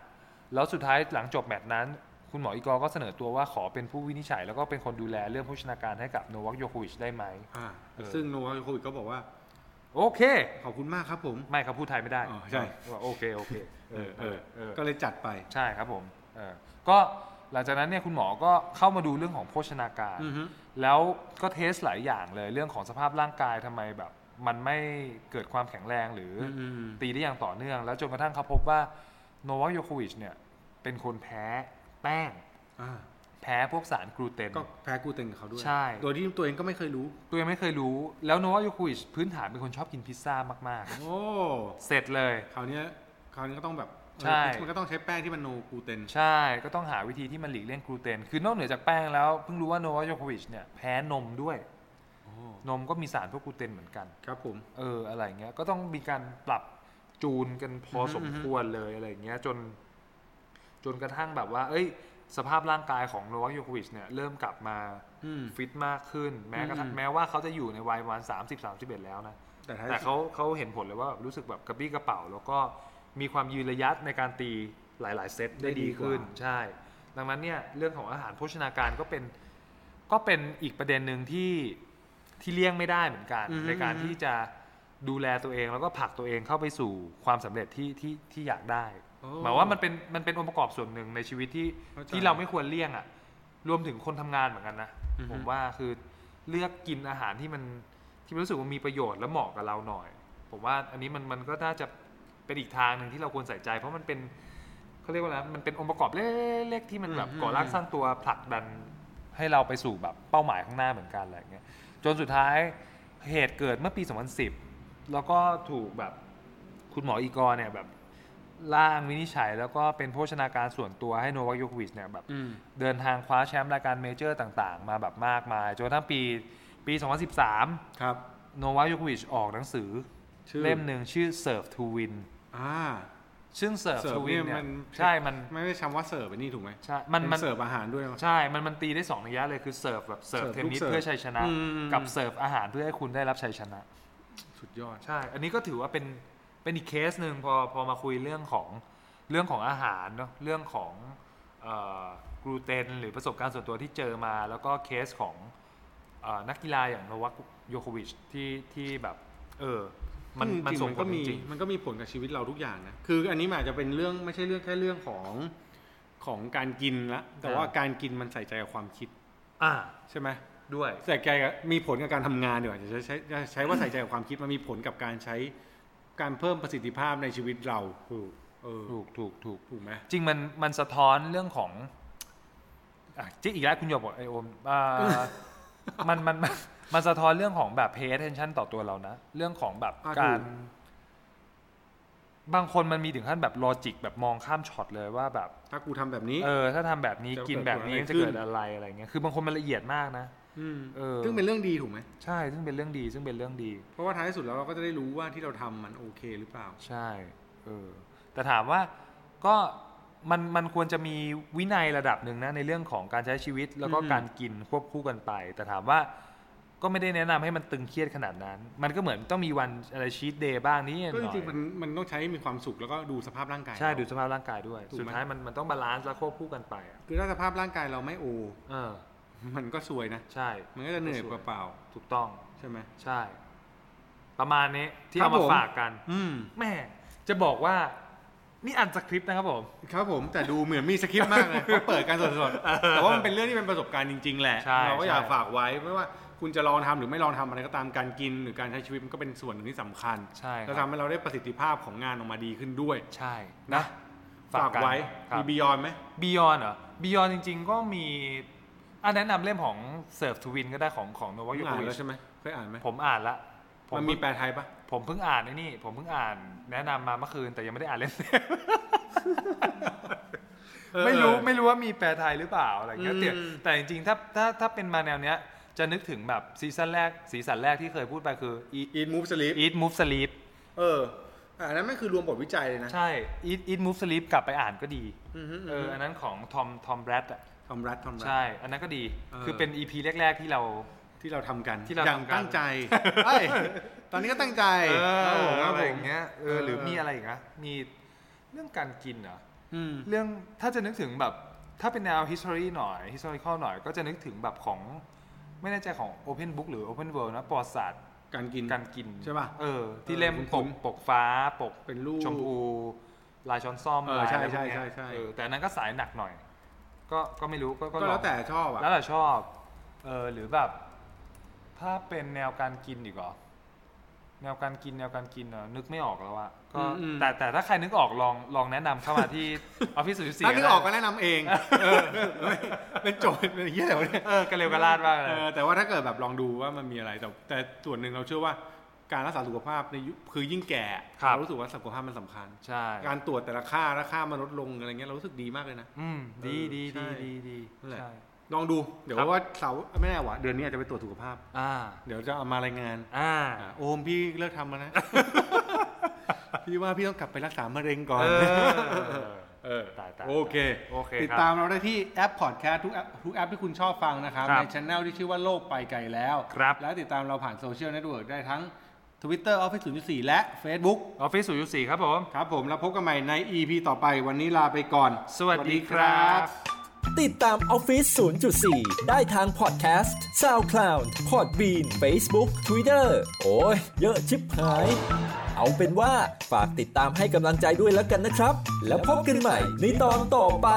B: แล้วสุดท้ายหลังจบแมตช์นั้น คุณหมออีกอก็เสนอตัวว่าขอเป็นผู้วินิจฉัย แล้วก็เป็นคนดูแลเรื่องโภชนาการให้กับโนวัคโยโควิชได้ไหม
A: อ่า
B: เออ
A: ซึ่งโนวาโควิดก็บอกว่า
B: โอเค
A: ขอบคุณมากครับผม
B: ไม่ครับพูดไทยไม่ได้
A: อ๋อใช่
B: ว่าโอเคโอเค
A: เออเออ
B: เออ
A: ก็เลยจัดไป
B: ใช่ครับผมเออก็หลังจากนั้นเนี่ยคุณหมอก็เข้ามาดูเรื่องของโภชนาการ
A: อือฮึ
B: แล้วก็เทสหลายอย่างเลยเรื่องของสภาพร่างกายทำไมแบบ มันไม่เกิดความแข็งแรงหรืออ
A: อืม
B: ตีได้อย่างต่อเนื่อง แล้วจนกระทั่งเขาพบว่าโนวัคโยโควิชเนี่ยเป็นคนแพ้แป้ง
A: อ่า
B: แพ้พวกสารกลูเตน
A: ก็แพ้กลูเตนกับเขาด้วย
B: ใช่
A: โดยที่ตัวเองก็ไม่เคยรู้
B: ตัวเองไม่เคยรู้ แล้วโนวัคโยโควิชพื้นฐานเป็นคนชอบกินพิซซ่ามาก
A: โอ้
B: ๆ เสร็จเลย
A: คราวเนี้ยคราวนี้ก็ต้องแบบ
B: ใช่
A: มันก็ต้องใช้แป้งที่มันโนกลูเตน
B: ใช่ ก็ต้องหาวิธีที่มันหลีกเลี่ยงกลูเตน คือนอกเหนือจากแป้งแล้ว เพิ่งรู้ว่าโนวัคโจโควิชเนี่ยแพ้นมด้วย นมก็มีสารพวกกลูเตนเหมือนกัน
A: ครับผม
B: เออ อะไรเงี้ย ก็ต้องมีการปรับจูนกันพอ
A: ม
B: สมควรเลยอะไรเงี้ย จน จนกระทั่งแบบว่า เอ้ย สภาพร่างกายของโนวัคโยโควิชเนี่ยเริ่มกลับมา
A: อืม
B: ฟิตมากขึ้น แม้กระทั่ง
A: อืม
B: แม้ว่าเขาจะอยู่ในวัยประมาณสามสิบสามสิบเอ็ดแล้วนะ
A: แต่ท้าย
B: แต่
A: สุด
B: เขาเขาเห็นผลเลยว่าแบบรู้สึกแบบกระปี้กระเป๋า แล้วก็มีความยืนระยะในการตีหลาย ๆ เซตได้ดีขึ้น ใช่ ดังนั้นเนี่ยเรื่องของอาหารโภชนาการก็เป็นก็เป็นอีกประเด็นหนึ่งที่ที่เลี่ยงไม่ได้เหมือนกัน ในการที่จะดูแลตัวเองแล้วก็ผลักตัวเองเข้าไปสู่ความสำเร็จที่ที่ที่อยากได้
A: โอ้
B: หมายว่ามันเป็นมันเป็นองค์ประกอบส่วนหนึ่งในชีวิตที่
A: เข้าใจ
B: ที่เราไม่ควรเลี่ยงอะ่ะรวมถึงคนทำงานเหมือนกันนะ
A: อือฮึ
B: ผมว่าคือเลือกกินอาหารที่มัน ที่รู้สึกว่ามีประโยชน์และเหมาะกับเราหน่อย ผมว่าอันนี้มันมันก็น่าจะเป็นอีกทางหนึ่งที่เราควรใส่ใจ เพราะมันเป็นเขาเรียกว่าอะไรมันเป็นองค์ประกอบเล็กๆที่มันแบบ
A: อืม
B: ก่อร่าง
A: อืม
B: สร้างตัวผลักดันให้เราไปสู่แบบเป้าหมายข้างหน้าเหมือนกันอะไรอย่างเงี้ยจนสุดท้ายเหตุเกิดเมื่อปี 2010 แล้วก็ถูกแบบคุณหมออีกอร์เนี่ยแบบร่างวินิจฉัย แล้วก็เป็นโภชนาการส่วนตัวให้โนวัคโยโควิชเนี่ยแบบ
A: อืม
B: เดินทางคว้าแชมป์รายการเมเจอร์ต่างๆ มาแบบมากมายจนกระทั้งปีปี 2013
A: ครับ
B: โนวาโยโควิชออกหนังสือ
A: ชื่อ
B: เล่มหนึ่งชื่อ Serve to Win
A: อ่า
B: ซึ่ง Serve
A: Serve
B: to Win
A: เนี่ย
B: เนี่
A: มั
B: ย
A: น
B: ใช่มัน
A: ไม่ได้คำว่าเสิร์ฟอันนี้ถูกไหม
B: ใช่มันมัน
A: เป็เสิร์ฟอาหารด้วยมั้ย
B: ใช่ มันมันตีได้สองนัยยะเลยคือ Serve แบบ Serve
A: Serve
B: เทนนิ
A: ลูก
B: ส
A: Serve
B: เพื่อชัยชนะ
A: อืม
B: กับ Serve อาหารเพื่อให้คุณได้รับชัยชนะ
A: สุดยอด
B: ใช่ อันนี้ก็ถือว่าเป็นเป็นอีกเคสหนึ่งพอพอมาคุยเรื่องของเรื่องของอาหารเนาะเรื่องของกลูเตนหรือประสบการณ์ส่วนตัวที่เจอมา แล้วก็เคสของเออนักกีฬาอย่างโนวัคโยโควิชที่ที่แบบเออมัน
A: ซึ่ง
B: มัน
A: จริงๆ
B: ส่งผ
A: ก็
B: ล
A: มี
B: จริง
A: มันก็มีผลกับชีวิตเราทุกอย่างนะ คืออันนี้มันอาจจะเป็นเรื่องไม่ใช่เรื่องแค่เรื่องของของการกินละ แต่ว่า
B: อ่า
A: การกินมันใส่ใจกับความคิด
B: ๆอ่า
A: ใช่ไหม
B: ด้วย
A: ใส่ใจกับมีผลกับการทำงานดีกว่าจะใช้ใช้ใช้ว่าใส่ใจกับความคิดมันมีผลกับการใช้การเพิ่มประสิทธิภาพในชีวิตเราถูกเออ
B: ถูกถูกถูก
A: ถูกไหม
B: จริงมันมันสะท้อนเรื่องของอ่ะจิ๊กอีกแล้วคุณหยกบอกไอโอมอ่า มันมันมันมันสะท้อนเรื่องของแบบ pay attention ต่อตัวเรานะ เรื่องของแบบ
A: อ่ะ
B: การ
A: ถูก
B: บางคนมันมีถึงขั้นแบบลอจิกแบบมองข้ามช็อตเลยว่าแบบ
A: ถ้ากูทำแบบนี้
B: เออถ้าทำแบบนี้
A: จะเกิด
B: กินแบบนี้
A: ผลอะไร
B: จะ
A: ขึ้น
B: เกิดอะไรอะไรเงี้ยคือบางคนมันละเอียดมากนะ
A: ม
B: เออ
A: ซึ่งเป็นเรื่องดีถูกไหม
B: ใช่ซึ่งเป็นเรื่องดีซึ่งเป็นเรื่องดี
A: เพราะว่าท้ายสุดแล้วเราก็จะได้รู้ว่าที่เราทำมันโอเคหรือเปล่า
B: ใช่เออแต่ถามว่าก็มันมันควรจะมีวินัยระดับหนึ่งนะในเรื่องของการใช้ชีวิตแล้วก็
A: อืม
B: การกินควบคู่กันไป แต่ถามว่าก็ไม่ได้แนะนำให้มันตึงเครียดขนาดนั้น มันก็เหมือนต้องมีวันอะไรชีตเดย์บ้างนี้หน่
A: ก็จริงๆมั
B: อน ย
A: มันต้องใช้มีความสุขแล้วก็ดูสภาพร่างกาย
B: ใช่
A: เรา
B: ดูสภาพร่างกายด้วย
A: ถูกไหม
B: สุดท้ายมันมันต้องบาลานซ์และควบคู่กันไปอ่ะ
A: คือถ้าสภาพร่างกายเราไม่โอ
B: เออ
A: มันก็ซวยนะ
B: ใช่
A: มันก็จะเหนื่อยเปล่า
B: ถูกต้อง
A: ๆใช่ไหม
B: ใช่ ประมาณนี้ที่
A: ครับ
B: เอามา
A: ผม
B: ฝากกัน
A: อืม
B: แม่จะบอกว่านี่อันสคริปต์นะครับผม
A: ครับผมแต่ดูเหมือนมีสคริปต์มาก เลยเพราะเปิดการสดๆ แต่ว่ามันเป็นเรื่องที่เป็นประสบการณ์จริง ๆ แหละ
B: ใช่
A: เราก็อยาก
B: ใช่
A: ฝากไว้ไม่ว่าคุณจะลองทำหรือไม่ลองทำอะไรก็ตามการกิน หรือการใช้ชีวิตมันก็เป็นส่วนหนึ่งที่สำคัญ
B: ใช่ค
A: แล้ว
B: รั
A: ทำ
B: บ
A: ให้เราได้ประสิทธิภาพของงานออกมาดีขึ้นด้วย
B: ใช่
A: นะฝาก
B: น
A: ไว้
B: ครับ
A: มีบียอนไหม
B: บียอนเหรอบียอนจริง ๆ ก็มีอันแนะนำเล่มของเซิร์ฟทวินก็ได้ของของโน
A: ผ
B: วา
A: ม
B: โย
A: อ่า
B: โคน วิ
A: แล้ว
B: ช
A: ใช่ไหมเคยอ่านไหม
B: ผมอ่านละผ
A: มัน
B: เพิ่
A: มี
B: ง
A: แปลไทยปะ
B: ผมเพิ่งอ่านไอ้นี่ ผมเพิ่งอ่าน แนะนำมาเมื่อคืนแต่ยังไม่ได้อ่านเล่ม ไม่รู้ไม่รู้ว่ามีแปลไทยหรือเปล่าอะไรเงี้ยแต่แต่จริงๆถ้าถ้าถ้าเป็นมาแนวเนี้ย จะนึกถึงแบบซีซั่นแรกสีสันแรกที่เคยพูดไปคือ Eat
A: อินมูฟสลีป
B: Eat Move Sleep
A: เอออันนั้นไม่คือรวมบทวิจัยเลยนะ
B: ใช่ Eat Eat Move Sleep กลับไปอ่านก็ดี
A: อือฮึ
B: เอออันนั้นของทอมทอมแบรดอะ
A: ทอมรัฐทอมรัฐ
B: ใช่ อันนั้นก็ดี
A: เออ
B: คือเป็น EP แรก ๆ ที่เรา
A: ที่เราทำกัน
B: ที่เรา
A: อย่าง
B: ทำกัน
A: ตั้งใจเอ้ยตอนนี้ก็ตั้งใจ
B: เออ
A: ครับผมค
B: อะไรอ
A: รับ
B: ย่าง
A: ผม
B: เงี้ยเออ
A: เออ
B: หรือมีอะไรอีกนะมีเรื่องการกินเหรอ
A: อืม
B: เรื่องถ้าจะนึกถึงแบบถ้าเป็นแนว history หน่อย historical หน่อย ก็จะนึกถึงแบบของไม่แน่ใจของ open book หรือ open world นะประวัติศาสตร์
A: การกิน
B: การกิน
A: ใช่ป่ะ
B: เออ ที่เล่มป
A: คุ้น
B: กปกฟ้าปก
A: เป็นรูป
B: ชมพูลายช้อนซ่อม
A: เออ
B: ลาย
A: ใช่
B: อะไรพวกเนี้ย
A: ใช่ใช่ใช่
B: เออแต่อันนั้นก็สายหนักหน่อย ก็ก็ไม่รู้ก็
A: ก็
B: อง
A: แล้วแต่ชอบอ่ะ
B: แล้วแต่ชอบเออหรือแบบ ถ้าเป็นแนวการกินอีกเหรอ แนวการกินแนวการกินเนอะนึกไม่ออกแล้วอะก็แต่แต่ถ้าใครนึกออกลองลองแนะนำเข้ามาที่ ออฟฟิศสุดสี
A: ถ้านึกออกก็แนะนำเองเออเป็นโจทย์เป็นเยี่ยอะไรวะเนี่ย
B: เออกระเร็วกระลาดมากเล
A: เอย อแต่ว่าถ้าเกิดแบบลองดูว่ามันมีอะไรแต่แต่ส่วนหนึ่งเราเชื่อว่า การรักษาสุขภาพในยุคคือยิ่งแก่
B: ครับ
A: เรารู้สึกว่าสุขภาพมันสำคัญ
B: ใช่
A: การตรวจแต่ละค่าและค่ามันลดลงอะไรเงี้ยเรารู้สึกดีมากเลยนะ
B: อืมดีดีดีดีดี
A: นั่นแหละ
B: ใช่
A: ลองดู เดี๋ยว
B: ครับ
A: ว่าเสาร์ไม่แน่วะเดือนนี้อาจจะไปตรวจสุขภาพ
B: อ่า
A: เดี๋ยวจะเอามารายงาน
B: อ่า
A: อ่ะโอมพี่เลิกทำแล้วนะ พี่ว่าพี่ต้องกลับไปรักษามะเร็งก่อน
B: เอ อตายตาย
A: โอเค
B: โอเค
A: ติด
B: ครับ
A: ตามเราได้ที่แอปพอดแคสต์ทุกแอปทุกแอปที่คุณชอบฟังนะครับ
B: ครับ
A: ในช anel ที่ชื่อว่าโลกไปไกลแล้ว
B: ครับ
A: และติดตามเราผ่านโซเชียลเน็ตเวิร์กได้ทั้ง Twitter Office 04 และ Facebook
B: ออฟฟิศศูนย์สี่ครับผม
A: ครับผมแล้วพบกันใหม่ใน EP ต่อไปวันนี้ลาไปก่อน
B: สวัสดีครับ
C: ติดตามออฟฟิศ0.4 ได้ทางพอดแคสต์ SoundCloud Podbean Facebook Twitter โอ้ย เยอะชิบหาย เอาเป็นว่าฝากติดตามให้กำลังใจด้วยแล้วกันนะครับ แล้วพบกันใหม่ในตอนต่อไป